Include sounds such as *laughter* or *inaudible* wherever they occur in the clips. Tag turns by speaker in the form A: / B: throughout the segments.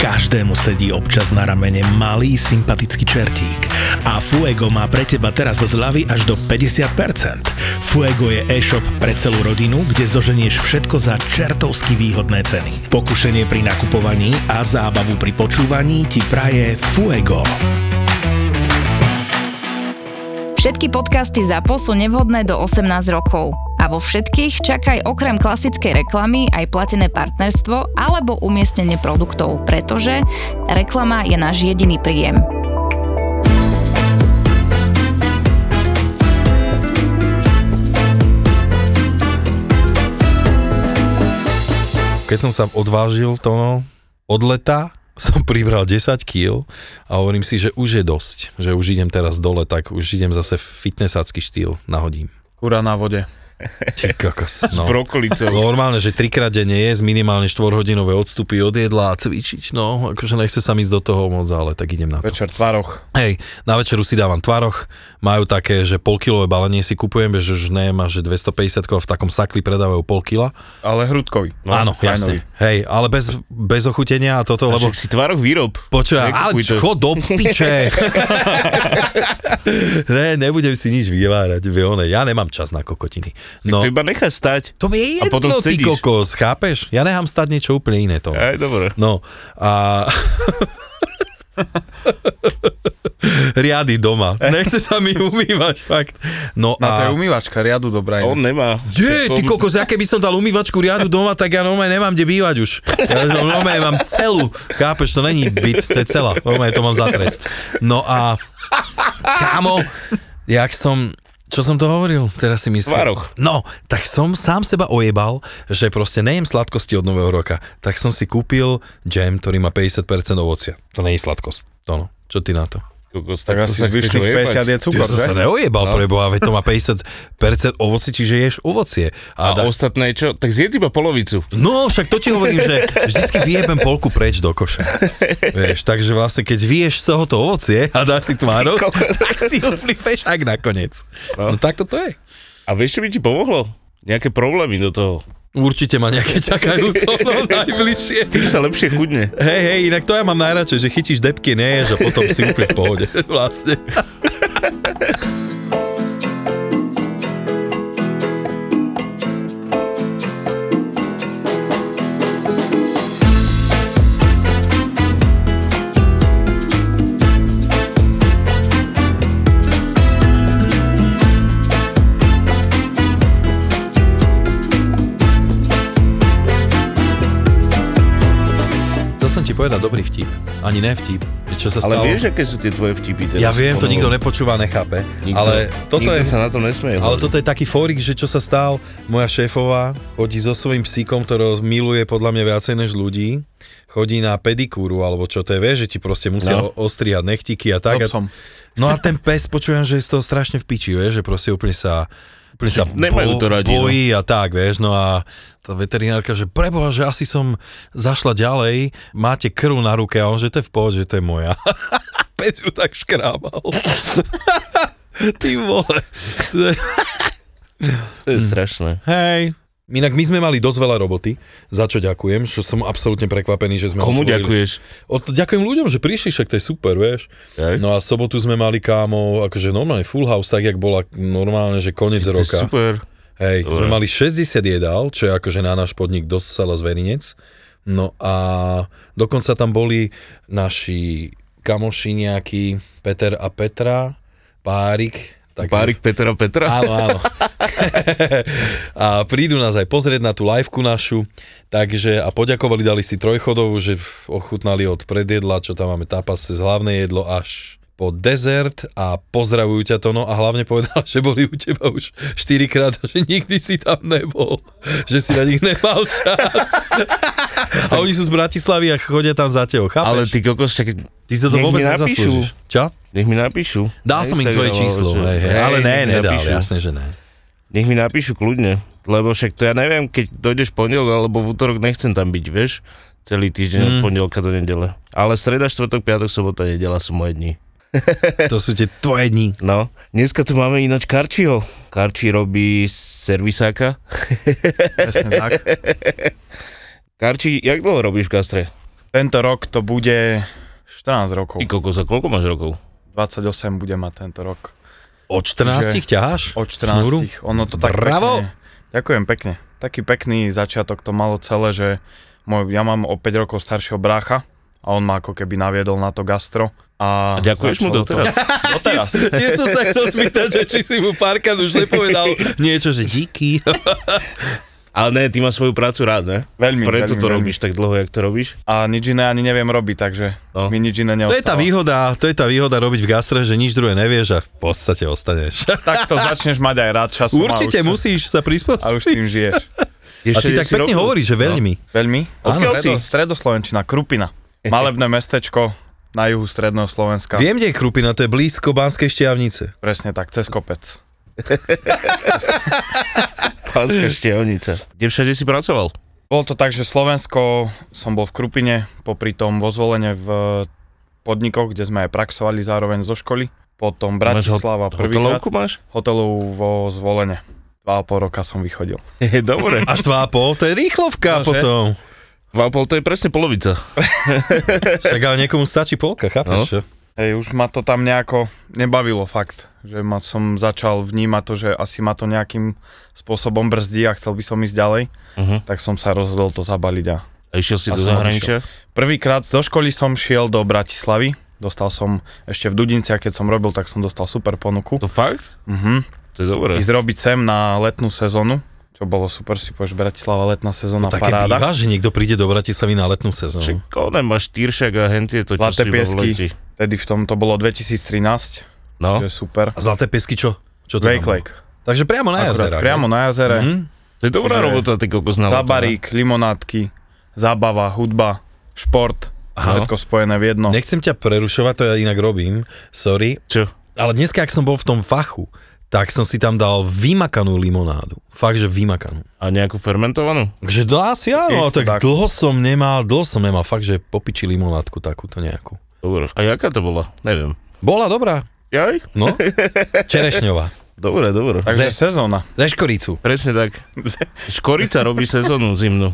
A: Každému sedí občas na ramene malý sympatický čertík a Fuego má pre teba teraz zľavy až do 50%. Fuego je e-shop pre celú rodinu, kde zoženieš všetko za čertovsky výhodné ceny. Pokušenie pri nakupovaní a zábavu pri počúvaní ti praje Fuego.
B: Všetky podcasty ZAPO sú nevhodné do 18 rokov. A vo všetkých čakaj okrem klasickej reklamy aj platené partnerstvo alebo umiestnenie produktov, pretože reklama je náš jediný príjem.
C: Keď som sa odvážil to no, od leta, som *laughs* pribral 10 kg a hovorím si, že už je dosť, že už idem teraz dole, tak už idem zase fitnessácky štýl nahodím.
D: Kura na vode.
C: Ty kokos,
E: S
C: no. *laughs*
E: brokolicou.
C: Normálne, že trikrát denne jesť, minimálne 4-hodinové odstupy od jedla a cvičiť, no, akože nechce sa mi ísť do toho moc, ale tak idem na to.
D: Večer tvaroch.
C: Hej, na večeru si dávam tvaroch, majú také, že polkilové balenie si kupujem, že už nemá, že 250 a v takom sakli predávajú pol kila.
D: Ale hrudkový.
C: No, Áno, jasne. Hej, ale bez, bez ochutenia a toto,
E: Lebo...
C: lebo...
E: si tvaroch výrob.
C: Počúvaj, ale
E: Nekupuj to.
C: chod do piče.
E: *laughs*
C: ne, nebudem si nič vyvárať, vie one, ja nemám čas na kokotiny.
E: No.
C: No,
E: To iba nechá stať.
C: to mi je
E: a potom
C: jedno, ty
E: sedíš.
C: kokos, chápeš? Ja nechám stať niečo úplne iné to.
E: Aj, dobre.
C: No a... *laughs* Riady
E: *laughs*
C: doma. Nechce sa mi umývať, fakt. No
D: Na tej
C: a...
D: umývačka riadu dobrá.
E: On
D: On...
E: nemá.
C: Kde, ty kokos, ja keby som dal umývačku riadu doma, tak ja normálne nemám kde bývať už. Ja už normálne mám celú, chápeš, to není byt, to je celá, normálne to mám za trest. No a, kámo, jak som, čo som to hovoril, teraz si myslím.
E: Tvaroch.
C: No, tak som sám seba ojebal, že proste nejem sladkosti od nového roka. Tak som si kúpil džem, ktorý má 50% ovocia. To nie je sladkosť. To no. Čo ty na to?
E: Kokos,
D: Tak
E: to
D: asi
E: sa chceš
D: zvyšných
E: ujebať.
D: 50 je cukor,
C: Ja som
D: že?
C: sa neojebal, no. preboha, veď to má 50% ovoci, čiže ješ ovocie.
E: A ostatné čo? Tak zjedz iba polovicu.
C: No, však to ti hovorím, že vždycky vyjebem polku preč do koša. Vieš, takže vlastne, keď vyješ z tohoto ovocie a dáš si tvárok, tak si ho flipeš ak nakoniec. No, no takto to je.
E: A vieš, čo by ti pomohlo? Nejaké problémy do toho.
C: Určite ma nejaké čakajú to no, najbližšie.
E: Tým sa lepšie chudne.
C: Hej, hej, inak to ja mám najradšej, že chytíš depky, nie, že potom si úplne v pohode, vlastne. Chcel som ti povedať dobrý vtip, ani ne vtip, čo sa
E: Ale
C: stalo.
E: vieš, aké sú tie tvoje vtipy? teraz?
C: ja viem, to
E: Ono-
C: nikto nepočúva, nechápe,
E: nikto-
C: ale toto je...
E: nikto sa na to nesmeje.
C: Ale toto je taký fórik, že čo sa stal, moja šéfová chodí so svojím psíkom, ktorého miluje podľa mňa viacej než ľudí, chodí na pedikúru, alebo čo to je, vieš, že ti proste musia no.
E: No.
C: ostrihať nechtiky a tak. A,
D: Tak, som.
C: no a ten pes, počujem, že je z toho strašne v piči, vieš, že proste úplne sa úplne sa
E: *laughs* Nemajú to radi, no.
C: bojí a tak, vieš, no a tá veterinárka, že preboha, že asi som zašla ďalej, máte krv na ruke a on, že to je v pohode, že to je moja. *laughs* Pes ju tak škrábal. *laughs* Ty vole. To je-
E: To je strašné.
C: Hej. Inak my sme mali dosť veľa roboty, za čo ďakujem, čo som absolútne prekvapený, že sme
E: Komu
C: otvorili.
E: ďakuješ?
C: Od, ďakujem ľuďom, že prišli, však to je super, vieš.
E: Hej.
C: No a sobotu sme mali kámo, akože normálne full house, tak jak bola normálne, že koniec
E: To je
C: roka.
E: super.
C: Hej,
E: Dobre.
C: sme mali 60 jedál, čo je akože na náš podnik dosť sala zverinec. No a dokonca tam boli naši kamoši nejakí, Peter a Petra, Párik. taký-
E: Párik Petra Petra?
C: Áno, áno. a prídu nás aj pozrieť na tú liveku našu, takže a poďakovali, dali si trojchodovú, že ochutnali od predjedla, čo tam máme tapas cez hlavné jedlo až po dezert a pozdravujú ťa to, no a hlavne povedala, že boli u teba už 4 krát a že nikdy si tam nebol, že si na nich nemal čas. a oni sú z Bratislavy a chodia tam za teho, chápeš?
E: Ale ty kokos, čak,
C: ty sa to
E: nech mi
C: vôbec
E: napíšu.
C: nezaslúžiš. Čo?
E: nech mi napíšu.
C: Dal
E: Na
C: som im tvoje
E: Instagram,
C: číslo,
E: alebo čo.
C: hej, hej, ale ne,
E: Hej, nech mi
C: nedal,
E: napíšu.
C: jasne, že ne.
E: Nech mi napíšu kľudne, lebo však to ja neviem, keď dojdeš pondelok alebo v útorok nechcem tam byť, vieš? Celý týždeň
C: Mm.
E: od pondelka do nedele. Ale streda, štvrtok, piatok, sobota, nedela sú moje dni.
C: To sú tie tvoje dni.
E: No, dneska tu máme ináč Karčiho. Karči robí servisáka.
D: Presne tak.
E: Karči, jak dlho robíš v gastre?
D: Tento rok to bude 14 rokov.
E: Ty kokos, a koľko máš rokov?
D: 28 bude mať tento rok.
C: Od 14 ťaháš?
D: Od 14.
C: Šnúru?
D: Ono to tak
C: Bravo!
D: Pekne, ďakujem pekne. Taký pekný začiatok to malo celé, že môj, ja mám o 5 rokov staršieho brácha a on ma ako keby naviedol na to gastro.
E: A
D: A,
E: ďakuješ mu
D: začalo to-
E: doteraz?
D: Doteraz.
C: Tiež som sa chcel spýtať, že či si mu párkrát už nepovedal niečo, že díky.
E: Ale ne, ty máš svoju prácu rád, ne?
D: Veľmi,
E: Preto to
D: veľmi, veľmi.
E: robíš tak dlho, jak to robíš.
D: A nič iné ani neviem robiť, takže
E: No.
D: no. mi nič iné
C: To
D: neostalo.
C: je tá výhoda, to je tá výhoda robiť v gastre, že nič druhé nevieš a v podstate ostaneš.
D: Takto začneš mať aj rád časom.
C: Určite
D: a už,
C: musíš sa
D: A už tým
C: prispôsobiť.
D: žiješ.
C: A ty tak pekne hovoríš, že
D: No.
C: veľmi.
D: Veľmi?
E: Odkiaľ si?
D: Stredo, Stredoslovenčina, Krupina. Malebné mestečko na juhu stredného Slovenska.
C: Viem, kde je Krupina, to je blízko Banskej šťavnice.
D: Presne tak, cez kopec.
E: *laughs* Pánska štiavnica. Kde všade si pracoval?
D: Bolo to tak, že Slovensko, som bol v Krupine, popri tom vo zvolenie v eh, podnikoch, kde sme aj praxovali zároveň zo školy. Potom
E: Máš hot-
D: Bratislava prvýkrát,
E: Hotelovku máš? *laughs*
D: hotelov vo zvolenie. Dva a pol roka som vychodil. *laughs*
E: Dobre.
C: Až 2,5, to je rýchlovka
D: No, že?
C: potom.
E: Vapol to je presne polovica.
C: Tak ale niekomu stačí polka,
D: No,
C: chápeš čo?
D: Hej, už ma to tam nejako nebavilo fakt, že ma som začal vnímať to, že asi ma to nejakým spôsobom brzdí a chcel by som ísť ďalej,
E: Uh-huh.
D: tak som sa rozhodol to zabaliť a
E: A išiel si
D: Mhm. A
E: do
D: som
E: zahraničia?
D: Prvýkrát zo školy som šiel do Bratislavy, dostal som ešte v Dudinci, a keď som robil, tak som dostal super ponuku.
E: To fakt?
D: Mhm.
E: To je dobré.
D: Ísť robiť sem na letnú sezónu, čo bolo super, si povieš, Bratislava letná sezóna,
C: No, Také
D: no, paráda.
C: býva, že niekto príde do Bratislavy na letnú sezónu.
E: Však oné máš Tyršak a hentie to, čo si bol
D: Zlaté
E: v
D: piesky.
E: leti.
D: Vtedy v tom to bolo 2013,
E: No,
D: čo je super.
C: A zlaté pesky čo? Čo to
D: Wake
C: tam bolo?
D: Lake,
C: Takže priamo na
D: akurát,
C: jazera.
D: priamo na jazere.
C: Mhm.
E: to je dobrá
D: že-
E: robota, ty kokos na
D: Za
E: lete,
D: barík, limonádky, zábava, hudba, šport,
C: Aha.
D: všetko spojené v jedno.
C: Nechcem ťa prerušovať, to ja inak robím, sorry.
E: Čo?
C: Ale dneska, ak som bol v tom fachu, tak som si tam dal vymakanú limonádu. Fakt, že vymakanú.
E: ne? A nejakú fermentovanú?
C: Takže dá si áno, ale
D: Isto
C: tak,
D: tak.
C: dlho som nemal, dlho som nemal fakt, že popiči limonádku takúto nejakú.
E: Dobre. A jaká to bola? Neviem.
C: Bola dobrá,
E: Jaj?
C: no. Čerešňová.
E: Dobre, dobre.
D: Takže
C: Ze-
D: sezóna.
C: Ze škoricu. *laughs*
E: Presne
D: *laughs*
E: tak. Škorica robí sezónu zimnú.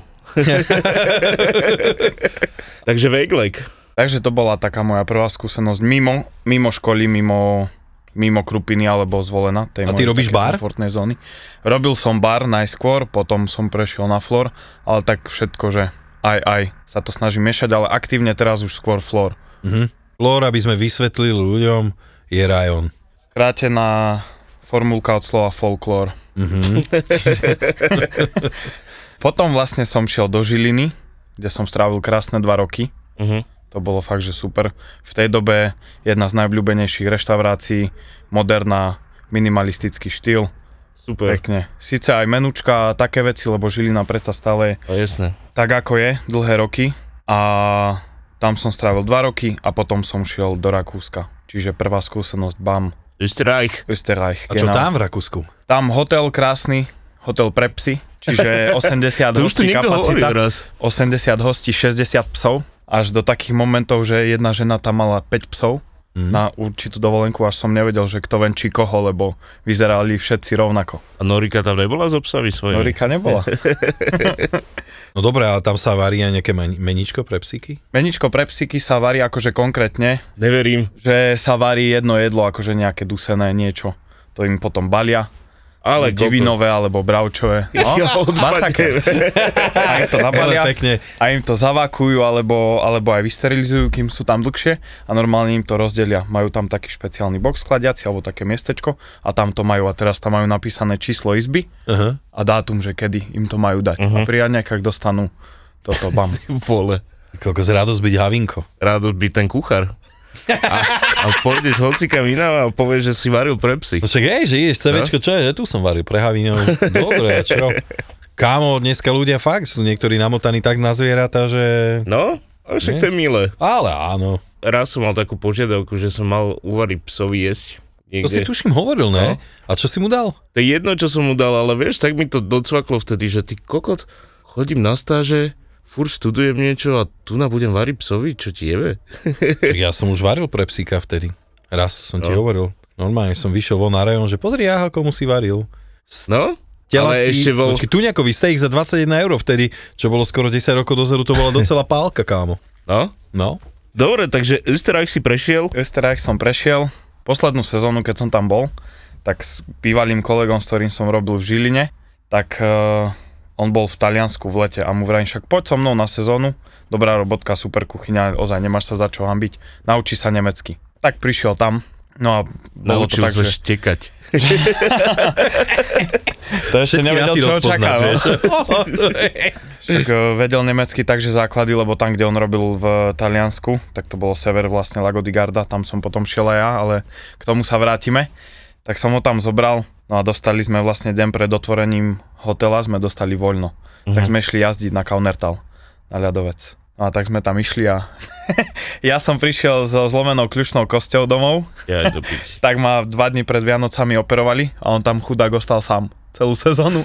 E: Takže Vejglek.
D: Takže to bola taká moja prvá skúsenosť mimo, mimo školy, mimo, mimo Krupiny alebo zvolená. Tej
C: A ty
D: mojej
C: robíš
D: takej
C: bar?
D: Komfortnej zóny. Robil som bar najskôr, potom som prešiel na flor, ale tak všetko, že aj, aj sa to snažím miešať, ale aktívne teraz už skôr flor.
C: Mhm. Lór, aby sme vysvetlili ľuďom, je rajon.
D: Krátená formulka od slova folklór.
C: Mhm.
D: *laughs* Potom vlastne som šiel do Žiliny, kde som strávil krásne dva roky.
E: Uh-huh.
C: Mhm.
D: To bolo fakt, že super. V tej dobe jedna z najobľúbenejších reštaurácií, moderná, minimalistický štýl,
E: Super.
D: pekne. Sice aj menučka a také veci, lebo Žilina predsa stále je
E: A jasné.
D: tak, ako je, dlhé roky. A tam som strávil dva roky a potom som šiel do Rakúska. Čiže prvá skúsenosť, bam,
E: Österreich.
D: Österreich.
C: A čo
D: genau.
C: tam v Rakúsku?
D: Tam hotel krásny, hotel pre psy, čiže
E: *laughs*
D: 80
E: To už tu
D: hostí
E: niekto hovorí
D: kapacita.
E: teraz.
D: 80 hostí, 60 psov, až do takých momentov, že jedna žena tam mala 5 psov
C: Mhm.
D: na určitú dovolenku, až som nevedel, že kto venčí koho, lebo vyzerali všetci rovnako.
E: A Norika tam nebola z obsavy svojej?
D: Norika nebola.
E: *laughs*
C: No dobré, ale tam sa varí aj nejaké men- meničko pre psíky?
D: Meničko pre psíky sa varí akože konkrétne,
E: Neverím.
D: že sa varí jedno jedlo, akože nejaké dusené niečo. To im potom balia,
E: Ale
D: ale divinové alebo bravčové. No,
E: *laughs* Ja odpadnem.
D: masaker. A im to nabalia,
C: Ale pekne.
D: a im to zavakujú alebo, alebo aj vysterilizujú, kým sú tam dlhšie a normálne im to rozdelia. Majú tam taký špeciálny box skladiaci alebo také miestečko a tam to majú a teraz tam majú napísané číslo izby
C: Aha.
D: a dátum, že kedy im to majú dať. A pri Janiakách dostanú toto bam.
E: Vole.
C: Koľko z radosť byť havinko.
E: Rád by ten kuchár. A, a pôjdeš hocikam inám a povieš, že si varil pre psy.
C: No však hej, že ideš CVčko, čo je, tu som varil pre havinov. Dobre, a čo? Kámo, dneska ľudia fakt sú niektorí namotaní tak na zvieratá, že...
E: No, ale však to je milé.
C: Ale áno.
E: Raz som mal takú požiadavku, že som mal uvariť psovi
C: To
E: jesť.
C: si
E: Niekde. To,
C: tuším hovoril,
E: No.
C: ne? A čo si mu dal?
E: je jedno, čo som mu dal, ale vieš, tak mi to docvaklo vtedy, že ty kokot, chodím na stáže, fur študujem niečo a tu na budem variť psovi, čo ti jebe?
C: Však Ja som už varil pre psíka vtedy. Raz som ti
E: No.
C: hovoril. Normálne som vyšiel von na rajón, že pozri, ja komu si varil.
E: No, ale
C: Telací,
E: ešte bol...
C: Počkej, tuňakový steak za 21 eur vtedy, čo bolo skoro 10 rokov dozadu, to bola docela pálka, kámo.
E: No?
C: No, *laughs*
E: Dobre, takže Easter egg si prešiel.
D: Österreich som prešiel. Poslednú sezónu, keď som tam bol, tak s bývalým kolegom, s ktorým som robil v Žiline, tak eh, on bol v Taliansku v lete a mu vrajím však poď so mnou na sezónu, dobrá robotka, super kuchyňa, ozaj nemáš sa za čo hambiť, nauči sa nemecky. Tak prišiel tam, no a bolo
E: Naučil
D: to tak,
E: sa
D: že
E: štekať.
D: to
C: všetky
D: ešte nevedel,
C: asi
D: čo ho
C: rozpozná,
D: čaká.
C: vieš.
D: no. Tak eh, vedel nemecky takže základy, lebo tam, kde on robil v Taliansku, tak to bolo sever vlastne Lagodigarda, tam som potom šiel aj ja, ale k tomu sa vrátime. Tak som ho tam zobral, no a dostali sme vlastne deň pred otvorením hotela, sme dostali voľno. Tak
E: Mhm.
D: sme išli jazdiť na Kaunertal, na ľadovec. No a tak sme tam išli a *laughs* ja som prišiel so zlomenou kľúčnou kosťou domov,
E: Ja aj to piť.
D: tak ma dva dní pred Vianocami operovali a on tam chudák ostal sám celú sezónu.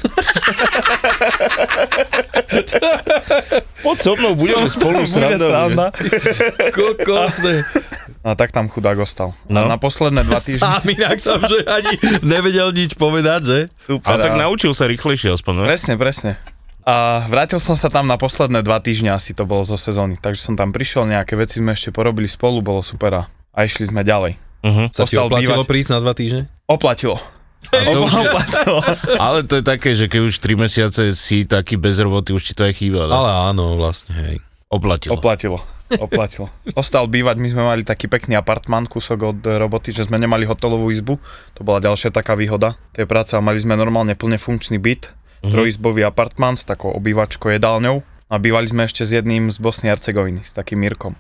E: *laughs* Poď so mnou, budeme
D: *laughs*
E: spolu srandovať. *laughs*
C: kokosne.
D: No tak tam chudák ostal.
E: No.
D: No. A na posledné dva týždne...
C: Sám inak tam, že ani nevedel nič povedať, že?
D: Super.
E: Ale tak
D: a-
E: naučil sa rýchlejšie aspoň, no. ne?
D: Presne, presne. A vrátil som sa tam na posledné dva týždňa, asi to bolo zo sezóny. Takže som tam prišiel, nejaké veci sme ešte porobili spolu, bolo super a, a išli sme ďalej.
E: *laughs* Mhm.
C: Sa ti
D: Ostal
C: oplatilo
D: bývať.
C: prísť na dva týždne?
D: Oplatilo.
E: to už je-
D: Oplatilo.
E: Ale to je také, že keď už 3 mesiace si taký bez roboty, už ti to aj chýba. Ale...
D: No.
C: Ale áno, vlastne, hej.
E: Oplatilo.
D: Oplatilo. Oplatilo. Ostal bývať, my sme mali taký pekný apartman, kúsok od e, roboty, že sme nemali hotelovú izbu. To bola ďalšia taká výhoda tej práce a mali sme normálne plne funkčný byt, mm-hmm. trojizbový apartman s takou obývačkou jedálňou a bývali sme ešte s jedným z Bosny a Hercegoviny, s takým Mirkom.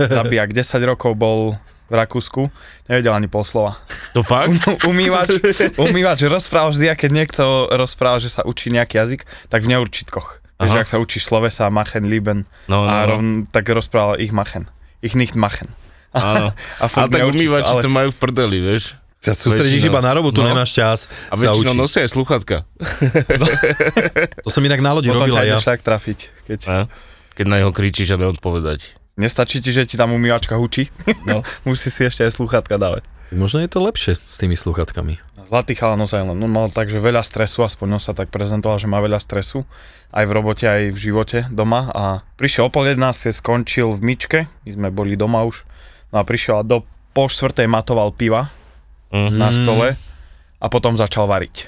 D: Zabijak 10 rokov bol v Rakúsku, nevedel ani pol slova.
E: To fakt?
D: *laughs* Umývač, umývač rozpráva vždy, a keď niekto rozpráva, že sa učí nejaký jazyk, tak v neurčitkoch. Vieš,
E: Aha.
D: ak sa učíš slovesa, machen, lieben,
E: *laughs* No, no,
D: a
E: no.
D: rovn, tak rozprával ich machen. Ich nicht machen.
E: *laughs* Áno.
D: A
E: Ale
D: fakt
E: tak
D: neurčito,
E: umývači
D: ale-
E: to majú v prdeli, vieš?
C: Sa sústredíš
E: Väčšinou.
C: iba na robotu,
E: No.
C: nemáš čas
E: A
C: sa
E: väčšinou
C: učiť.
E: nosia aj sluchatka.
C: To som inak na lodi
D: Potom
C: robila
D: ťa
C: ja.
D: ideš tak trafiť. Keď
E: Keď na neho kričíš a neodpovedať.
D: nestačí ti, že ti tam umývačka hučí, no. *laughs* musí si ešte aj slúchatka dávať.
C: Možno je to lepšie s tými sluchatkami.
D: Zlatý chalan ozaj len, on mal tak, že veľa stresu, aspoň on sa tak prezentoval, že má veľa stresu, aj v robote, aj v živote doma a prišiel o pol 11, skončil v myčke, my sme boli doma už, no a prišiel a do po štvrtej matoval piva
E: Mhm.
D: na stole a potom začal variť.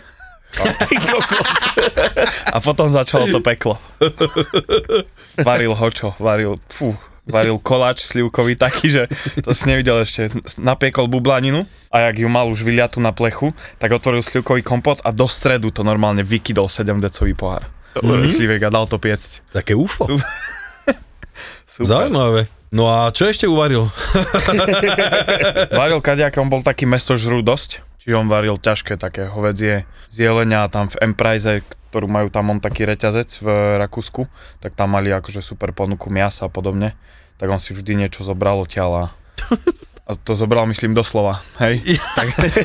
D: A potom začalo to peklo. Varil hočo, varil, fú, varil koláč slivkový taký, že to si nevidel ešte. Napiekol bublaninu a jak ju mal už vyliatu na plechu, tak otvoril slivkový kompot a do stredu to normálne vykydol 7-decový pohár. Mm-hmm. Sliviek a dal to piecť.
C: Také UFO. *laughs*
D: Super.
C: Zaujímavé. No a čo ešte
D: *laughs*
C: uvaril?
D: Varil kaďak, on bol taký mesožrú dosť, čiže on varil ťažké také hovedzie z jelenia a tam v Emprise, ktorú majú tam on taký reťazec v Rakúsku, tak tam mali akože super ponuku miasa a podobne, tak on si vždy niečo zobral odtiaľ a a to zobral, myslím, doslova, hej?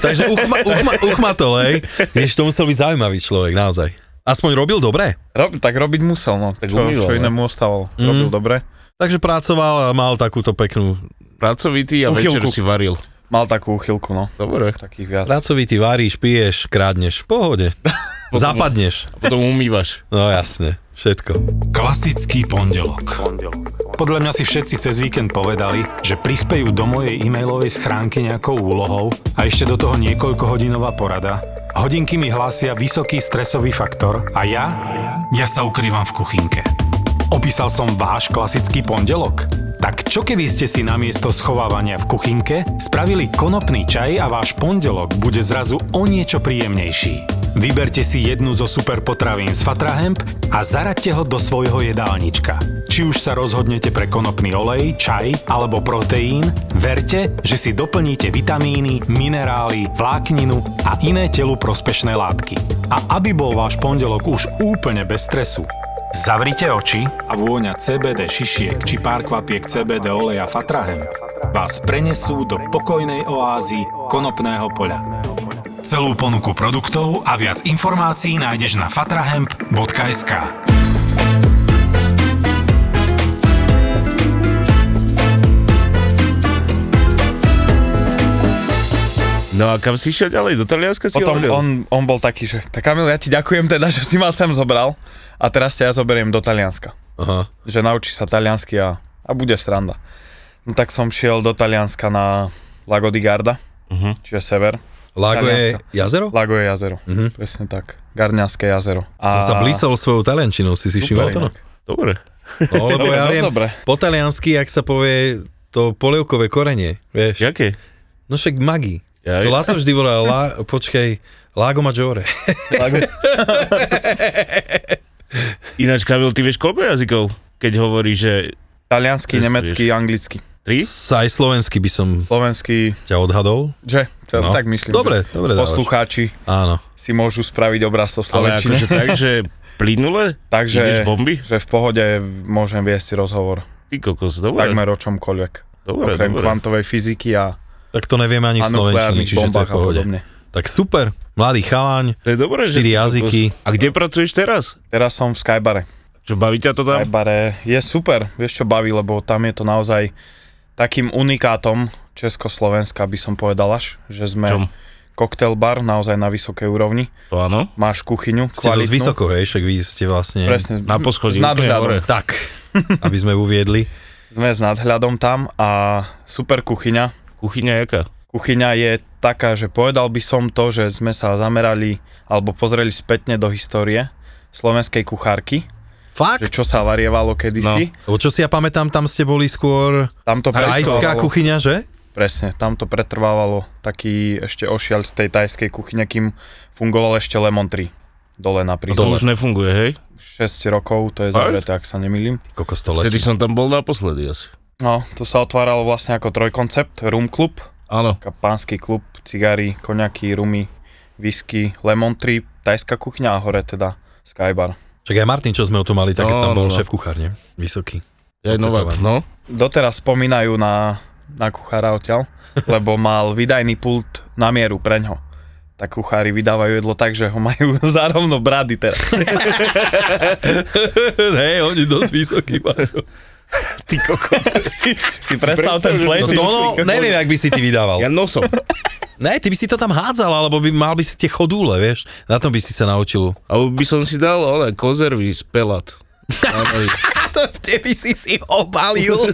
C: Takže uchma, uchma, uchmatol, hej. Vieš, to musel byť zaujímavý človek, naozaj. Aspoň robil dobre.
D: Rob, tak robiť musel, no. Tak čo,
E: umýval,
D: čo
E: ne? Mhm.
D: iné mu ostávalo. Robil dobre.
C: Takže pracoval a mal takúto peknú
E: Pracovitý a večer
D: Uchylku.
E: si varil.
D: Mal takú uchylku, no.
E: Dobre.
D: Takých viac.
C: Pracovitý, varíš, piješ, krádneš, v
D: *laughs*
C: pohode. Zapadneš.
E: A potom umývaš.
C: No jasne, všetko.
F: Klasický pondelok. Podľa mňa si všetci cez víkend povedali, že prispejú do mojej e-mailovej schránky nejakou úlohou a ešte do toho niekoľkohodinová porada. Hodinky mi hlásia vysoký stresový faktor a ja? Ja sa ukrývam v kuchynke. Opísal som váš klasický pondelok? Tak čo keby ste si namiesto schovávania v kuchynke spravili konopný čaj a váš pondelok bude zrazu o niečo príjemnejší? Vyberte si jednu zo super potravín z Fatrahemp a zaraďte ho do svojho jedálnička. Či už sa rozhodnete pre konopný olej, čaj alebo proteín, verte, že si doplníte vitamíny, minerály, vlákninu a iné telu prospešné látky. A aby bol váš pondelok už úplne bez stresu, Zavrite oči a vôňa CBD šišiek či pár kvapiek CBD oleja Fatrahem vás prenesú do pokojnej oázy konopného poľa. Celú ponuku produktov a viac informácií nájdeš na fatrahemp.sk.
E: No a kam si išiel ďalej? Do Talianska si
D: Potom
E: hovoril?
D: on, on bol taký, že tak Kamil, ja ti ďakujem teda, že si ma sem zobral a teraz ťa ja zoberiem do Talianska.
C: Aha.
D: Že naučí sa taliansky a a bude sranda. No tak som šiel do Talianska na Lago di Garda,
E: Mhm.
D: čiže sever.
C: Lago je jazero?
D: Lago je jazero,
C: Mhm.
D: presne tak. Garňanské jazero. A...
C: Som sa blísol svojou taliančinou, si si všimol to? no?
E: Dobre.
C: No,
D: *laughs*
C: lebo
D: Dobre,
C: ja
D: dosť
C: viem,
D: dobre.
C: po taliansky, ak sa povie to polievkové korenie, vieš.
E: Jaké?
C: No však magi.
E: Ja,
C: To Laco vždy volá, la, počkej, Lago Maggiore.
E: Ináč, Kamil, ty vieš koľko jazykov? Keď hovoríš, že
D: Taliansky,
E: Cestrieš.
D: nemecký, anglicky.
E: tri?
C: Sa aj slovensky by som
D: Slovenský,
C: ťa odhadol.
D: že? To,
C: No.
D: Tak myslím,
C: Dobre,
D: že
C: dobre dávaš.
D: poslucháči
C: Áno.
D: si môžu spraviť obraz o
E: Ale
D: slovenčine.
E: akože tak, že plynule?
D: Takže-
E: Ideš bomby?
D: že v pohode môžem viesť rozhovor
E: Ty kokos, dobre.
D: takmer o čomkoľvek.
E: dobre,
D: okrem
E: dobre.
D: kvantovej fyziky a,
C: Tak to nevieme ani
D: a
C: v slovenčine,
D: nukleárnych
C: čiže to je
D: bombách
C: v
D: a
C: pohode.
D: podobne.
C: Tak super, mladý chalaň,
E: To je dobré, že...
C: štyri jazyky.
E: A kde pracuješ teraz?
D: Teraz som v Skybare.
E: Čo, baví ťa to tam?
D: Skybare je super, vieš čo baví, lebo tam je to naozaj takým unikátom Československa by som povedal až, že sme
E: Čom?
D: koktel bar naozaj na vysokej úrovni.
E: To áno.
D: Máš kuchyňu,
C: Ste dosť
D: kvalitnú.
C: vysoko, hej, však vy ste vlastne...
D: Presne,
E: Na poschodí.
D: s
E: úplne hore.
D: nadhľadom.
C: Tak, aby sme uviedli.
D: sme s nadhľadom tam a super kuchyňa,
E: Kuchyňa jaká?
D: kuchyňa je taká, že povedal by som to, že sme sa zamerali alebo pozreli spätne do histórie slovenskej kuchárky, že
C: Fakt?
D: čo sa varievalo kedysi.
C: Lebo čo si ja pamätám, tam ste boli skôr
D: Tam to
C: tajská
D: pretrvávalo,
C: kuchyňa, že?
D: presne, tam to pretrvávalo taký ešte ošiaľ z tej tajskej kuchyne, kým fungoval ešte Lemon 3 dole
E: To
D: na prízor.
E: už nefunguje, hej?
D: 6 rokov, to je
E: Fakt?
D: zavreté, ak sa nemýlim.
C: Koľko sto
E: Vtedy
C: letí.
E: som tam bol naposledy asi.
D: No, to sa otváralo vlastne ako trojkoncept, room klub,
E: Áno.
D: Taká pánsky klub, cigary, koňaky, rumy, whisky, lemon tree, tajská kuchňa a hore teda skybar.
C: Čak aj Martin, čo sme ho tu mali, tak
E: No,
C: tam bol
E: no, no.
C: šéf kuchárne. Vysoký.
E: Ja je novák, no.
D: Doteraz spomínajú na, na kuchára odtiaľ, lebo mal vydajný pult na mieru preňho. Tak kuchári vydávajú jedlo tak, že ho majú *laughs* zárovno brady teraz.
C: *laughs* Hej, oni dosť vysoký.
E: Ty kokos.
D: si, *laughs* si predstav ten
E: predstav, že-
C: No
D: pleštík.
C: to ono, neviem, ak by si ty vydával.
E: Ja nosom.
C: Ne, ty by si to tam hádzal, alebo by mal by si tie chodúle, vieš. Na tom by si sa naučil.
E: Alebo by som si dal, ale konzervy z pelat.
C: A to v tebe si si obalil.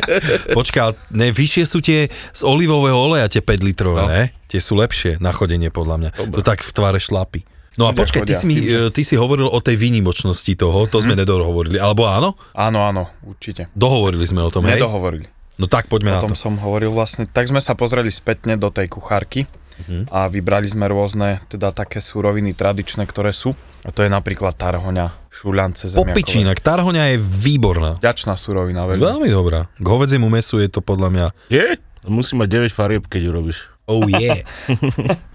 C: *laughs* Počkaj, ne, vyššie sú tie z olivového oleja, tie 5 litrové, no. ne? Tie sú lepšie na chodenie, podľa mňa. Dobre. To tak v tvare šlapy. No a
D: Chodia,
C: počkaj, ty
D: chodia.
C: si, mi, e, ty si hovoril o tej výnimočnosti toho, to sme nedohovorili, alebo áno?
D: Áno, áno, určite.
C: Dohovorili sme o tom, hej?
D: Nedohovorili.
C: No tak poďme
D: O
C: na to.
D: tom som hovoril vlastne. Tak sme sa pozreli spätne do tej kuchárky
C: Mhm.
D: a vybrali sme rôzne, teda také súroviny tradičné, ktoré sú. A to je napríklad tarhoňa, šuľance,
C: Popiči,
D: zemiakové.
C: inak tarhoňa je výborná.
D: Ďačná súrovina, veľmi.
C: Veľmi dobrá. K hovedziemu mesu je to podľa mňa,
E: Je? Musí mať 9 farieb, keď urobíš.
C: oh yeah.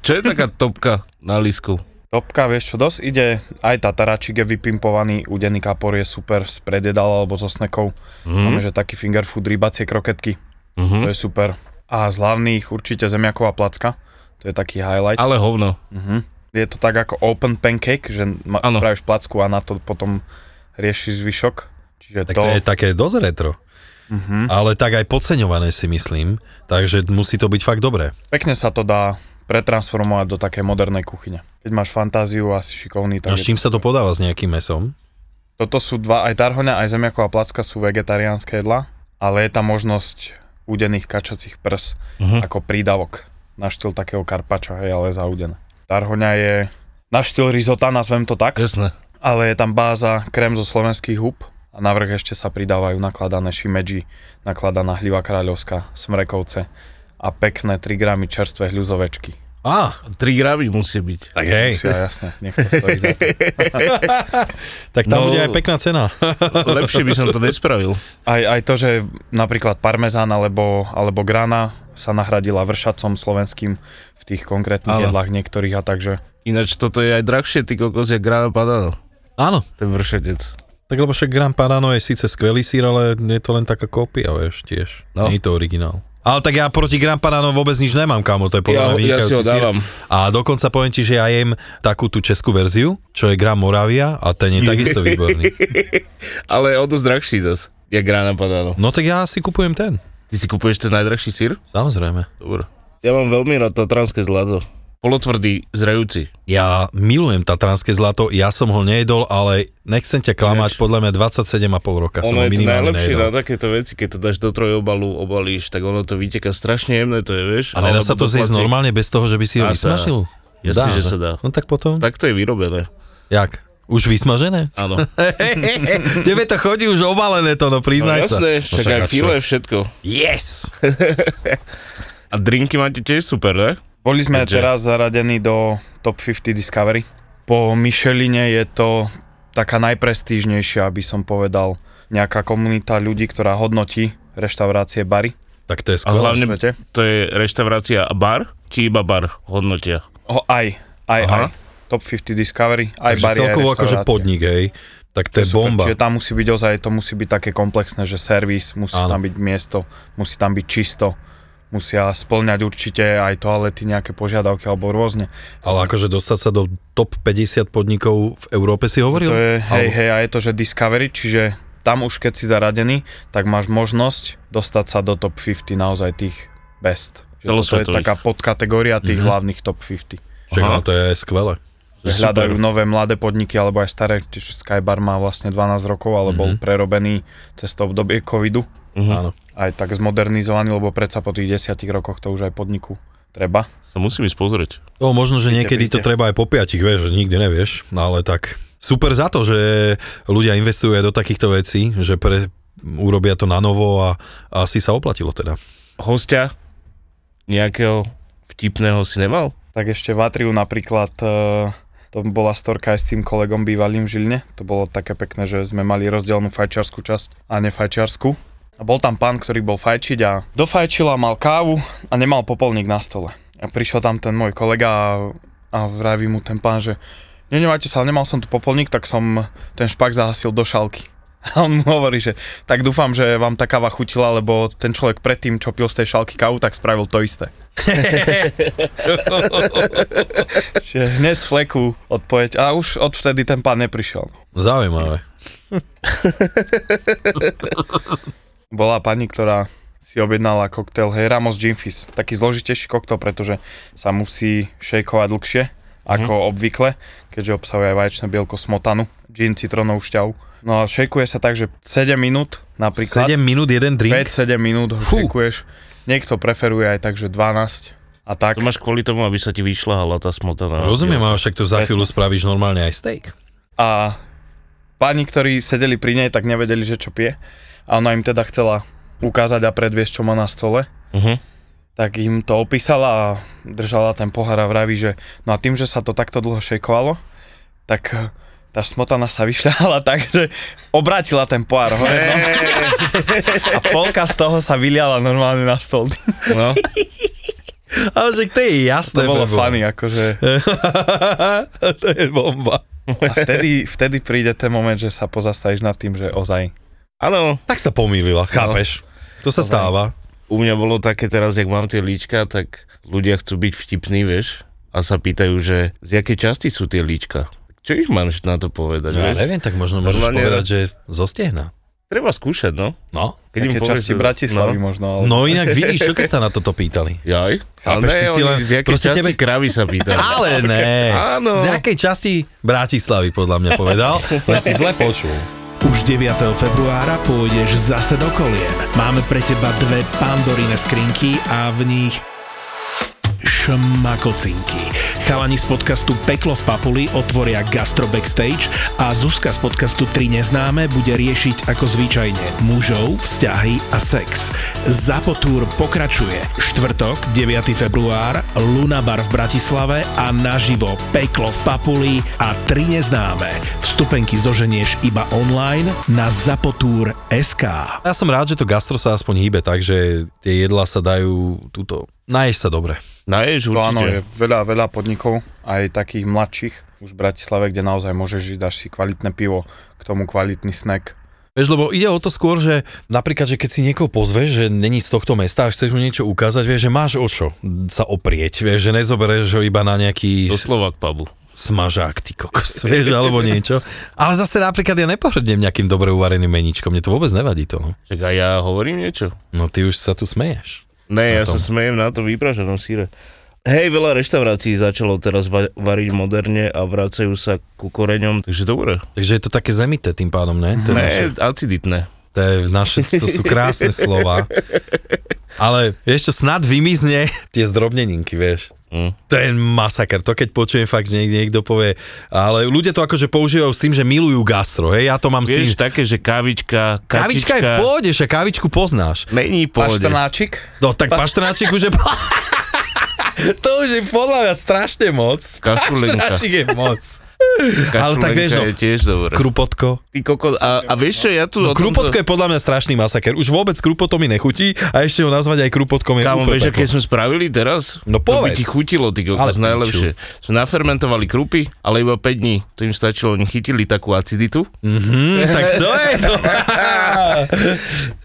E: Čo je taká topka na lísku?
D: Topka, vieš čo, dosť ide, aj tataračik je vypimpovaný, udený kapor je super, z predjedala alebo zo snekov.
C: Mhm.
D: Máme, že taký finger food, rybacie kroketky, to
E: Mhm.
D: je super. A z hlavných určite zemiaková placka, to je taký highlight.
E: Ale hovno.
D: Mhm. Je to tak ako open pancake, že ma,
E: Áno.
D: spravíš placku a na to potom riešiš zvyšok. Čiže
C: Tak
D: to,
C: to je také dosť retro. Mm-hmm. Ale tak aj podceňované si myslím, takže musí to byť fakt dobré.
D: pekne sa to dá pretransformovať do také modernej kuchyne. Keď máš fantáziu a si šikovný,
C: A
D: tak
C: No, s
D: je,
C: čím sa to podáva s nejakým mesom?
D: toto sú dva, aj tarhoňa, aj zemiaková placka sú vegetariánske jedla, ale je tam možnosť udených kačacích prs
C: Mhm.
D: ako prídavok na štýl takého karpača, hej, ale zaudené. Tarhoňa je na štýl risota, nazvem to tak.
E: Jasné.
D: ale je tam báza krém zo slovenských húb a na vrch ešte sa pridávajú nakladané šimedži, nakladaná hliva kráľovská, smrekovce a pekné 3 gramy čerstvé hľuzovečky.
C: Á,
E: 3 gramy musí byť.
C: tak hej.
D: Ja, jasne, nech to stojí za to.
C: Tak tam
E: No.
C: bude aj pekná cena. *laughs*
E: Lepšie by som to nespravil.
D: Aj, aj to, že napríklad parmezán alebo, alebo grana sa nahradila vršacom slovenským v tých konkrétnych
E: Áno.
D: jedlách niektorých a takže
E: Ináč toto je aj drahšie, ty kokos, jak grana padano.
C: Áno,
E: Ten vršetec.
C: tak lebo však Gran Padano je síce skvelý sír, ale je to len taká kópia, vieš, tiež.
E: No.
C: Nie je to originál. Ale tak ja proti Gran Padano vôbec nič nemám, kamo, to je podľa mňa
E: Ja, ja si
C: vynikajúci
E: ho
C: sír.
E: dávam.
C: A dokonca poviem ti, že ja jem takú tú českú verziu, čo je Gran Moravia a ten je takisto výborný.
E: *laughs* Ale je o dosť drahší zas. Jak grana padano.
C: No tak ja si kupujem ten,
E: Ty si kupuješ ten najdrahší sír?
C: samozrejme.
E: Dobre. Ja mám veľmi rád tatranské zlato. polotvrdý, zrejúci.
C: Ja milujem tatranské zlato, ja som ho nejedol, ale nechcem ťa klamať, podľa mňa 27,5 roka som ho
E: ono je to
C: minimálne
E: najlepšie
C: nejedol.
E: na takéto veci, keď to dáš do trojobalu, obalíš, tak ono to vyteka strašne jemné, to je, vieš.
C: A nedá
E: alebo
C: sa to
E: do
C: zjesť
E: plastiek.
C: normálne bez toho, že by si ho
E: Dá sa.
C: vysmažil?
E: Jasne, že sa dá.
C: No tak potom, tak.
E: Tak to je vyrobené,
C: jak? Už vysmažené?
E: áno. *laughs*
C: Tebe to chodí už obalené to, no
E: No
C: priznaj sa.
E: jasné, však
C: však
E: aj
C: a čo?
E: file, všetko.
C: Yes!
E: A drinky máte tiež super, ne?
D: Boli sme
E: Takže-
D: teraz zaradení do Top 50 Discovery. Po Micheline je to taká najprestížnejšia, aby som povedal, nejaká komunita ľudí, ktorá hodnotí reštaurácie, bary.
C: Tak to je
E: A
C: skvelé.
E: hlavne-
D: vo svete.
E: To je reštaurácia a bar? Či iba bar hodnotia?
D: O, aj, aj,
E: Aha.
D: aj. Top 50 Discovery, aj
C: Takže
D: bary, aj
C: celkovo akože
D: reštaurácie.
C: podnik, hej. Tak to je
D: Super,
C: bomba.
D: Čiže tam musí byť ozaj, to musí byť také komplexné, že servis, musí
C: Áno.
D: tam byť miesto, musí tam byť čisto, musia splňať určite aj toalety, nejaké požiadavky alebo rôzne.
C: Ale akože dostať sa do top 50 podnikov v Európe si hovoril?
D: To je, hej,
C: Alebo-
D: hej, a je to, že Discovery, čiže tam už keď si zaradený, tak máš možnosť dostať sa do top 50 naozaj tých best. Čiže toto je
E: Celosvetových.
D: taká podkategória
C: Mhm.
D: tých hlavných top 50.
C: Však,
E: Aha.
C: ale to je skvelé.
E: To je
D: Že hľadajú
E: super.
D: nové mladé podniky, alebo aj staré, tiež Skybar má vlastne 12 rokov, ale bol prerobený cez to obdobie covidu.
E: Mhm.
C: Áno.
D: aj tak zmodernizovaný, lebo predsa po tých desiatich rokoch to už aj podniku treba.
E: Sa musím ísť pozrieť.
C: O, možno, že
D: Príďte,
C: niekedy to
D: príďte.
C: treba aj po piatich, vieš, že nikdy nevieš, no ale tak super za to, že ľudia investujú aj do takýchto vecí, že pre, urobia to na novo a, a asi sa oplatilo teda.
E: Hostia nejakého vtipného si nemal?
D: Tak ešte v Atriu napríklad, e, to bola storka aj s tým kolegom bývalým v Žiline, to bolo také pekné, že sme mali rozdielnú fajčiarskú časť a nefajčiarskú. A bol tam pán, ktorý bol fajčiť a dofajčil a mal kávu a nemal popolník na stole. A prišiel tam ten môj kolega a, a vraví mu ten pán, že nenevajte sa, ale nemal som tu popolník, tak som ten špak zahasil do šalky. *laughs* A on mu hovorí, že tak dúfam, že vám tá káva chutila, lebo ten človek predtým, čo pil z tej šalky kávu, tak spravil to isté. Čiže hneď z fleku odpoveď. A už odvtedy ten pán neprišiel.
C: Zaujímavé.
D: Bola pani, ktorá si objednala koktail hey, Ramos Gin Fizz. Taký zložitejší koktail, pretože sa musí šejkovať dlhšie
C: Mhm.
D: ako obvykle, keďže obsahuje aj vaječné bielko smotanu, gin, citrónovú šťavu. No a šejkuje sa tak, že 7 minút napríklad.
C: 7 minút, jeden drink.
D: 5-7 minút ho
C: Fú.
D: šejkuješ. Niekto preferuje aj tak, že 12 a tak.
E: To máš kvôli tomu, aby sa ti vyšľahala tá smotana.
C: Rozumiem, ale však to za
D: Presne.
C: chvíľu spravíš normálne aj steak.
D: A páni, ktorí sedeli pri nej, tak nevedeli, že čo pije. A ona im teda chcela ukázať a predviesť, čo má na stole.
E: Mhm.
D: Tak im to opísala a držala ten pohár a vraví, že no a tým, že sa to takto dlho šejkovalo, tak eh, tá smotana sa vyšľahala *laughs* tak, že obrátila ten pohár hore. No. A polka z toho sa vyliala normálne na stôl. *laughs*
E: No,
C: Ale že to je
D: To
C: jasné.
D: bolo
C: preboha.
D: funny, akože.
C: *laughs* to je bomba.
D: A vtedy, vtedy príde ten moment, že sa pozastavíš nad tým, že ozaj.
E: áno,
C: Tak sa pomýlila, chápeš? To sa stáva.
E: u mňa bolo také teraz, jak mám tie líčka, tak ľudia chcú byť vtipní, vieš, a sa pýtajú, že z jakej časti sú tie líčka. Čo ich máš na to
C: No,
E: povedať,
C: Ja
E: vieš?
C: neviem, tak možno môžeš
E: Normálne-
C: povedať, že zostahna.
E: Treba skúšať, no.
C: No.
E: Keď
D: Také časti
E: že- No.
D: Bratislavy možno. Ale...
C: No inak vidíš, čo keď sa na toto pýtali.
E: Jaj? Ale
C: Chápeš,
E: ne,
C: ty si
E: oni
C: len-
E: z jakej
C: proste
E: časti
C: tebe-
E: kravy sa
C: *laughs*
E: pýtajú.
C: Ale ne.
E: Áno.
C: Z akej časti Bratislavy podľa mňa *laughs* povedal, len si zle počul.
A: Už 9. februára pôjdeš zase do kolien. Máme pre teba dve pandorine skrinky a v nich šmakocinky. Chalani z podcastu Peklo v Papuli otvoria Gastro Backstage a Zuzka z podcastu 3 neznáme bude riešiť ako zvyčajne mužov, vzťahy a sex. Zapotúr pokračuje. Štvrtok, 9. február, Luna Bar v Bratislave a naživo Peklo v Papuli a 3 neznáme. Vstupenky zoženieš iba online na zapotúr.sk.
C: Ja som rád, že to gastro sa aspoň hýbe, takže tie jedlá sa dajú túto... Naješ sa dobre.
E: Naješ
D: To áno, je
E: určite.
D: veľa, veľa podnikov, aj takých mladších, už v Bratislave, kde naozaj môžeš ísť, dáš si kvalitné pivo, k tomu kvalitný snack.
C: Vieš, lebo ide o to skôr, že napríklad, že keď si niekoho pozveš, že není z tohto mesta a chceš mu niečo ukázať, vieš, že máš o čo sa oprieť, vieš, že nezoberieš ho iba na nejaký
E: Doslova k pubu.
C: smažák, ty kokos, *laughs* vieš, alebo niečo. Ale zase napríklad ja nepohrdnem nejakým dobre uvareným meničkom, mne to vôbec nevadí to. No,
E: Čak a ja hovorím niečo?
C: no ty už sa tu smeješ.
E: Ne, ja
C: tom.
E: sa smejem na to vypraženom síre. Hej, veľa reštaurácií začalo teraz va- variť moderne a vracajú sa ku koreňom, takže dobre.
C: Takže je to také zemité tým pádom, ne? To je naše-
E: Ne, *laughs* aciditné.
C: To, je naše, to sú krásne slova. Ale vieš čo, snad vymizne tie zdrobneninky, vieš.
E: Mm.
C: To je masaker, to keď počujem fakt, že niekde niekto povie, ale ľudia to akože používajú s tým, že milujú gastro, hej, ja to mám s
E: Vieš,
C: tým.
E: také, že kávička, kačička,
C: Kavička je v pohode, že kavičku poznáš.
E: Není v pohode.
D: Paštrnáčik?
C: No tak paštrnáčik už je... *laughs* to už je podľa mňa strašne moc.
E: Kaštulenka.
C: Paštrnáčik je moc. Ale
E: Kaštulenka
C: tak vieš, no,
E: je tiež dobré.
C: krupotko.
E: Ty kokos, a, a vieš čo, ja tu
C: No,
E: o tomto-
C: krupotko je podľa mňa strašný masaker. Už vôbec krupotko mi nechutí a ešte ho nazvať aj krupotkom je
E: Kámo,
C: úplne
E: vieš,
C: peklo.
E: aké sme spravili teraz?
C: No
E: To by
C: povedz.
E: ti chutilo, ty
C: Ale
E: kokos,
C: piču.
E: najlepšie. Sme nafermentovali krupy, ale iba 5 dní. To im stačilo, oni chytili takú aciditu.
C: Mm, tak to je
E: *laughs*
C: to.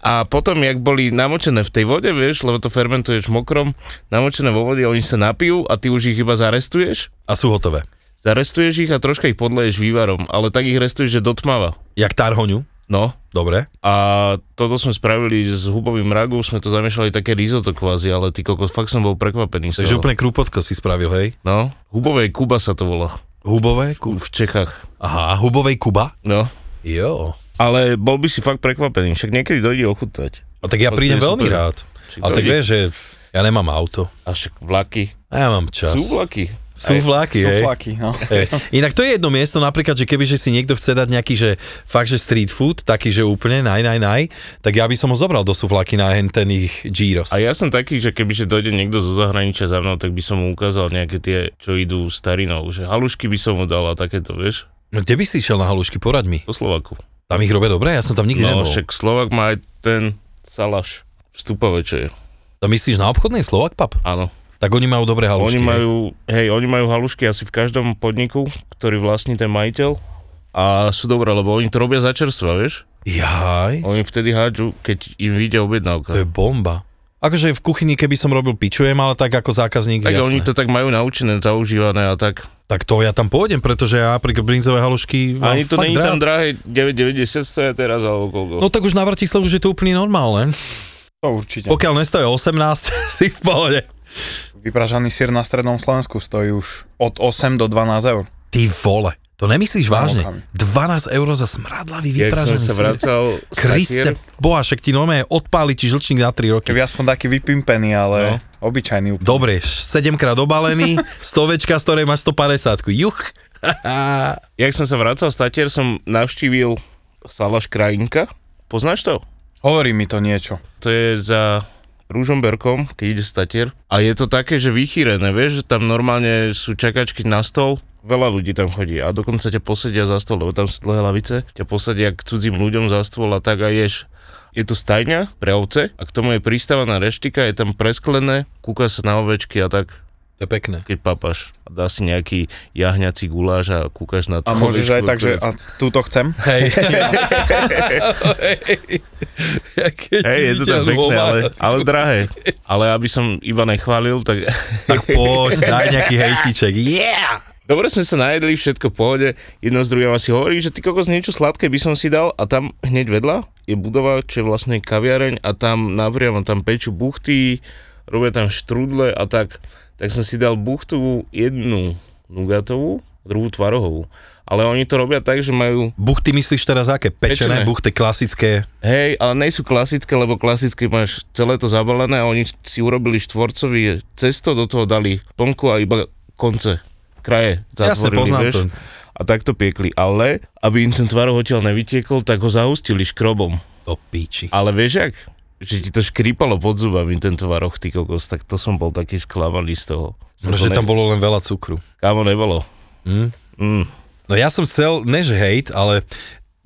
E: A potom, jak boli namočené v tej vode, vieš, lebo to fermentuješ mokrom, namočené vo vode, oni sa napijú a ty už ich iba zarestuješ.
C: A sú hotové.
E: Zarestuješ ich a troška ich podleješ vývarom, ale tak ich restuješ, že dotmava.
C: Jak tarhoňu.
E: No.
C: Dobre.
E: A toto sme spravili s hubovým ragu, sme to zamiešali také risotto kvázi, ale ty kokos, fakt som bol prekvapený. z
C: Takže
E: toho.
C: úplne krúpotko si spravil, hej?
E: No, hubové Kuba sa to volá.
C: Hubové? Ku...
E: V Čechách.
C: Aha, hubovej Kuba?
E: No.
C: Jo.
E: Ale bol by si fakt prekvapený, však niekedy dojde ochutnať.
C: A tak ja
E: No, to
C: prídem
E: je
C: veľmi
E: super.
C: rád.
E: Či
C: Ale tak
E: dojde?
C: vieš, že ja nemám auto.
E: A však vlaky.
C: A ja mám čas.
E: Sú vlaky.
C: Sú
E: Aj.
C: vlaky, hej.
D: Suflaky, no.
C: Hej. Inak to je jedno miesto, napríklad, že keby že si niekto chce dať nejaký, že fakt, že street food, taký, že úplne naj, naj, naj, tak ja by som ho zobral do suflaky na hen ten ich gyros.
E: A ja som taký, že kebyže dojde niekto zo zahraničia za mnou, tak by som mu ukázal nejaké tie, čo idú starinou. Že halušky by som mu dal a takéto, vieš,
C: No kde by si išiel na halušky, poraď mi.
E: po Slovaku.
C: Tam ich robia dobre, ja som tam nikdy
E: No
C: nebol.
E: však Slovak má aj ten salaš. Vstupové, čo je.
C: To myslíš na obchodnej Slovak pub?
E: Áno.
C: Tak oni majú dobré halušky.
E: Oni
C: hej.
E: majú, hej, oni majú halušky asi v každom podniku, ktorý vlastní ten majiteľ. A sú dobré, lebo oni to robia za čerstva, vieš?
C: Jaj.
E: Oni vtedy hádžu, keď im vyjde objednávka.
C: To je bomba. Akože v kuchyni, keby som robil pičujem, ale tak ako zákazník,
E: Tak
C: tak,
E: oni
C: jasné. To...
E: to tak majú naučené, zaužívané a tak.
C: tak to ja tam pôjdem, pretože ja pri brinzové halušky mám
E: Ani to
C: fakt
E: není tam
C: rád.
E: drahé, 9,90 stoja teraz alebo koľko.
C: No tak už na Bratislavu už je to úplne normálne.
D: To určite.
C: Pokiaľ nestojí 18, *laughs* si v pohode.
D: Vypražaný sír na strednom Slovensku stojí už od 8 do 12 eur.
C: Ty vole, to nemyslíš vážne?
D: Kamokami.
C: 12 eur za smradlavý
E: No, Jak som
C: vypražený
E: sa
C: syr.
E: vracal z
C: Kriste,
E: Tatier,
C: boha, však ti normálne odpáli ti žlčník na 3 roky.
D: Keby aspoň taký vypimpený, ale
C: No.
D: obyčajný. úplne.
C: Dobre, 7 krát obalený, *laughs* stovečka, z ktorej máš 150. Juch.
E: jak som sa vracal z Tatier, som navštívil Salaš Krajinka. Poznáš to?
D: Hovorí mi to niečo.
E: To je za Rúžomberkom, keď ide z Tatier. A je to také, že vychýrené, vieš, že tam normálne sú čakačky na stol, veľa ľudí tam chodí a dokonca ťa posedia za stôl, lebo tam sú dlhé lavice, ťa posedia k cudzím ľuďom za stôl a tak a ješ. Je to stajňa pre ovce a k tomu je pristávaná reštika, je tam presklené, kúka sa na ovečky a tak.
C: To je pekné.
E: keď papáš a dá si nejaký jahňací guláš a kúkaš na to.
D: A môžeš aj tak, že a túto chcem.
C: Hej. *laughs* Hej,
E: Hej, je to tam pekné, ale, ale drahé. Ale aby som iba nechválil, tak...
C: Tak poď, daj nejaký hejtiček. Yeah!
E: Dobre sme sa najedli, všetko v pohode. Jedno s druhým asi hovorí, že ty kokos niečo sladké by som si dal a tam hneď vedľa je budova, čo je vlastne kaviareň a tam napriamo tam pečú buchty, robia tam štrúdle a tak. Tak som si dal buchtu jednu nugatovú, druhú tvarohovú. Ale oni to robia tak, že majú
C: Buchty myslíš teraz aké? Pečené,
E: Pečené.
C: buchty klasické.
E: Hej, ale nie sú klasické, lebo klasické máš celé to zabalené a oni si urobili štvorcový cesto, do toho dali plnku a iba konce, kraje
C: Jasne,
E: zatvorili,
C: poznám
E: vieš?
C: to.
E: A tak to piekli, ale aby im ten tvarohotiel nevytiekol, tak ho zahustili škrobom.
C: To píči.
E: Ale vieš jak? Že ti to škrípalo pod zubami ten tvaroh, ty kokos, tak to som bol taký sklamaný z toho. Som
C: Pretože
E: to
C: tam bolo len veľa cukru.
E: Kámo, nebolo.
C: Hm?
E: Mm.
C: No ja som chcel, než hejt, ale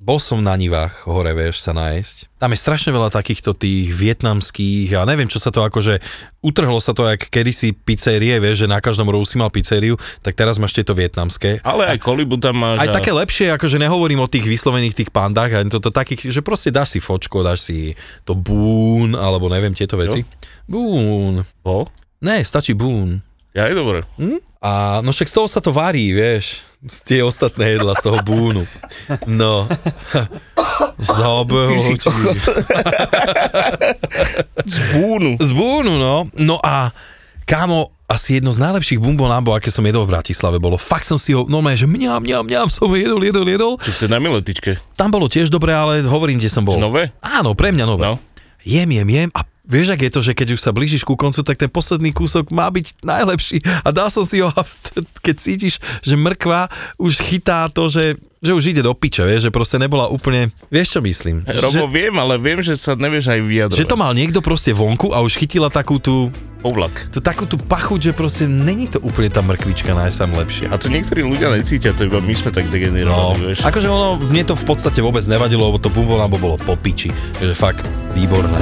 C: bol som na Nivách hore, vieš, sa nájsť. Tam je strašne veľa takýchto tých vietnamských, ja neviem, čo sa to akože, utrhlo sa to, jak kedysi pizzerie, vieš, že na každom rohu si mal pizzeriu, tak teraz máš tieto vietnamské.
E: Ale aj kolibu tam máš.
C: Aj
E: a-
C: také lepšie, akože nehovorím o tých vyslovených tých pandách, ani toto takých, že proste dáš si fočko, dáš si to bún, alebo neviem tieto veci. Bún.
E: O,
C: Ne, stačí bún.
E: Ja je dobre.
C: Mm. A no však z toho sa to varí, vieš, z tie ostatné jedla, z toho búnu. No. *laughs* Zobe ho.
E: Z búnu.
C: Z búnu, no. No a kámo, asi jedno z najlepších bumbonábo, aké som jedol v Bratislave bolo. Fakt som si ho, no že mňam, mňam, mňam, som ho jedol, jedol, jedol.
E: Čiže to je na miletičke.
C: Tam bolo tiež dobre, ale hovorím, kde som bol.
E: Nové?
C: Áno, pre mňa nové.
E: No.
C: Jem, jem, jem a vieš, ak je to, že keď už sa blížiš ku koncu, tak ten posledný kúsok má byť najlepší a dal som si ho, a keď cítiš, že mrkva už chytá to, že, že už ide do piče, vieš, že proste nebola úplne, vieš čo myslím?
E: Eh, Robo,
C: Že,
E: viem, ale viem, že sa nevieš aj vyjadrovať.
C: že to mal niekto proste vonku a už chytila takú tú,
E: Oblak.
C: tú, takú tú pachuť, že proste není to úplne tá mrkvička najsám lepšia.
E: A to niektorí ľudia necítia, to iba my sme tak
C: No,
E: degenerovaní, vieš.
C: akože ono, mne to v podstate vôbec nevadilo, lebo to bumbolambo bolo po piči, takže fakt výborné.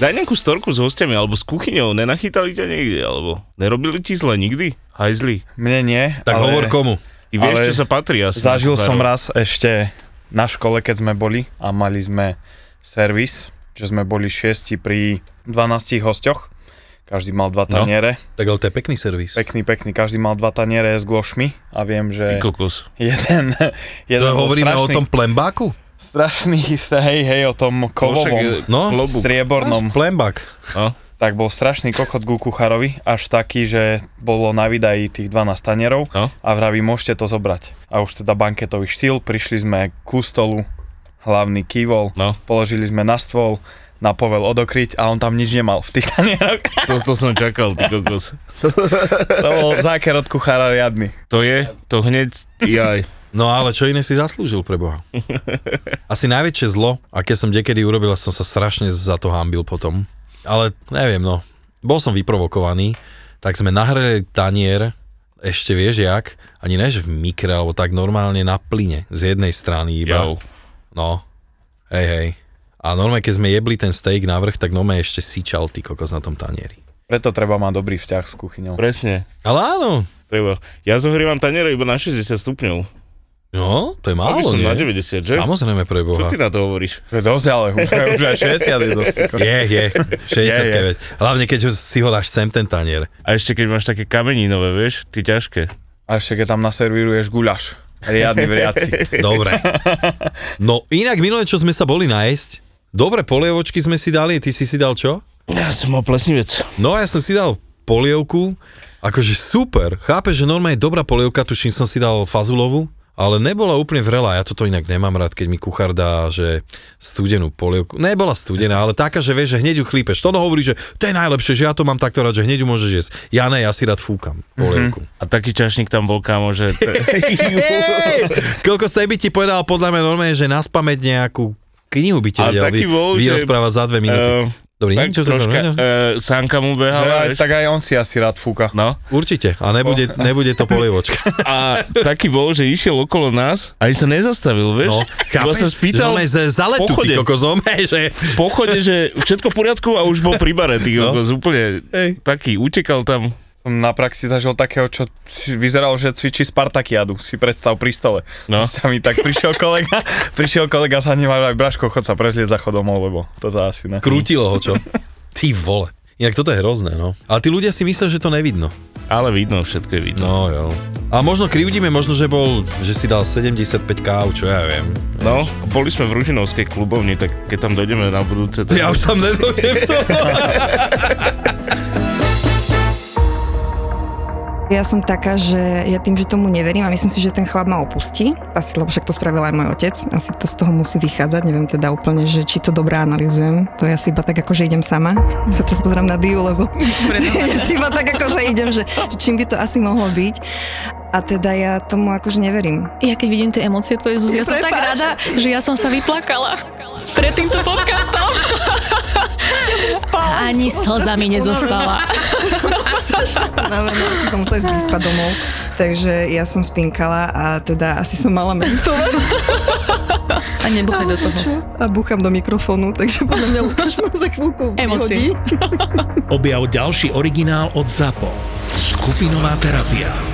E: Daj nejakú storku s hostiami, alebo s kuchyňou, nenachytali ťa niekde, alebo nerobili ti zle nikdy? Hajzli.
D: Mne nie.
C: Tak
D: ale
C: hovor komu.
E: Ty vieš,
D: Ale
E: čo sa patrí asi.
D: Zažil
E: Faro.
D: som raz ešte na škole, keď sme boli a mali sme servis, že sme boli šiesti pri 12 hosťoch. Každý mal dva
E: No.
D: taniere.
C: Tak ale to je pekný servis.
D: Pekný, pekný. Každý mal dva taniere s glošmi a viem,
E: Ty
D: že
E: kokos.
D: jeden, jeden
C: To
D: bol
C: hovoríme o
D: strašný,
C: tom plembáku?
D: strašný, *laughs* hej, hej, o tom kovovom,
C: No,
E: klobúk.
D: striebornom.
C: Plembák.
D: tak bol strašný kokot ku kuchárovi, až taký, že bolo na výdaji tých 12 tanierov
E: No.
D: a vraví, môžete to zobrať. A už teda banketový štýl, prišli sme ku stolu, hlavný kývol,
E: No.
D: položili sme na stôl, na povel odokryť a on tam nič nemal v tých tanieroch. *laughs*
E: To, to som čakal, ty kokos.
D: To bol záker od kuchára riadny.
E: To je, to hneď, jaj.
C: No ale čo iné si zaslúžil pre Boha? Asi najväčšie zlo, aké som dekedy urobil, a som sa strašne za to hambil potom. Ale neviem, no. Bol som vyprovokovaný, tak sme nahrali tanier, ešte vieš jak, ani ne, že v mikre, alebo tak normálne na plyne, z jednej strany iba.
E: Jau.
C: No, hej, hej. A normálne, keď sme jebli ten steak na vrch, tak normálne ešte síčal ty kokos na tom tanieri.
D: Preto treba mať dobrý vzťah s kuchyňou.
E: Presne.
C: Ale áno,
E: Treba. Ja zohrievam taniere iba na 60 stupňov.
C: no, to je málo,
E: Aby som
C: nie?
E: na 90, že?
C: Samozrejme pre
E: Čo
C: Boha.
E: ty na to hovoríš?
D: To je dosť, ale už, už aj 60 je *laughs* dosť.
E: *laughs*
C: Je, je, 60
D: Je, je.
C: je. Hlavne keď ho- si ho dáš sem ten tanier.
E: A ešte keď máš také kameninové, vieš, ty ťažké.
D: A ešte keď tam naservíruješ guľaš. Riadny *laughs* vriaci.
E: *laughs*
C: Dobre. No inak minulé, čo sme sa boli nájsť, dobre polievočky sme si dali, ty si si dal čo?
E: Ja som mal plesnivec.
C: No ja som si dal polievku, akože super, chápeš, že normálne dobrá polievka, tuším som si dal fazulovú, ale nebola úplne vrelá, ja toto inak nemám rád, keď mi kuchár dá, že studenú polievku, nebola studená, ale taká, že vieš, že hneď ju chlípeš, to hovorí, že to je najlepšie, že ja to mám takto rád, že hneď ju môžeš jesť, ja ne, ja si rád fúkam
E: Mhm.
C: polievku.
E: A taký čašník tam bol, kámo, že...
D: *laughs*
C: Hej! Koľko ste by ti povedal podľa mňa normálne, že na spameť nejakú knihu by ti
E: Ale
C: vedel
E: taký
C: vy,
E: bol, že-
C: vyrozprávať za dve minúty.
E: Eh,
C: Dobrý, neviem,
E: tak
C: čo som
E: troška,
C: povedal.
E: uh, sánka mu
D: Že
E: behala,
D: aj,
E: vieš.
D: tak aj on si asi rád fúka.
E: No,
C: Určite, a
E: *laughs*
C: nebude, nebude to polievočka.
E: a taký bol, že išiel okolo nás a ani sa nezastavil, vieš.
C: No,
E: Iba sa spýtal
C: Že za, za letu, ty
E: pochode.
C: kokozom, hej, že...
E: v pochode, že všetko v poriadku a už bol pri bare, ty
C: No.
E: kokos, úplne taký, utekal tam.
D: Som na praxi zažil takého, čo c- vyzeralo, že cvičí Spartakiadu. Si predstav pri stole.
E: No.
D: S ťami tak prišiel kolega, *laughs* prišiel kolega za ním a aj Braško, chod sa prezlieť za chodom, lebo to za asi ne.
C: Krútilo ho, čo? Ty vole. Inak toto je hrozné, no. Ale tí ľudia si myslia, že to nevidno.
E: Ale vidno, všetko je vidno.
C: No jo. A možno krivdíme, možno, že bol, že si dal 75 káv, čo ja viem.
E: No, boli sme v Ružinovskej klubovni, tak keď tam dojdeme na budúce...
C: Ja už tam nedojdem to.
G: Ja som taká, že ja tým, že tomu neverím a myslím si, že ten chlap ma opustí. Asi, lebo však to spravil aj môj otec. Asi to z toho musí vychádzať. Neviem teda úplne, že či to dobre analizujem. To ja si iba tak ako, že idem sama. Sa teraz pozerám na Diu, lebo *laughs* ja si iba tak ako, že idem, že, že čím by to asi mohlo byť. A teda ja tomu akože neverím.
H: Ja keď vidím tie emócie tvoje, Zuzi, ja som tak
G: Prepáč.
H: rada, že ja som sa vyplakala pred týmto podcastom.
G: Spala.
H: Ani slza mi nezostala.
G: *laughs* Znamená, asi som musela ísť vyspať domov. Takže ja som spinkala a teda asi som mala meditovať.
H: A nebuchaj do toho.
G: A búcham do mikrofónu, takže podľa mňa Lukáš ma za chvíľku
H: Emócie.
G: vyhodí.
A: Objav ďalší originál od ZAPO. Skupinová terapia.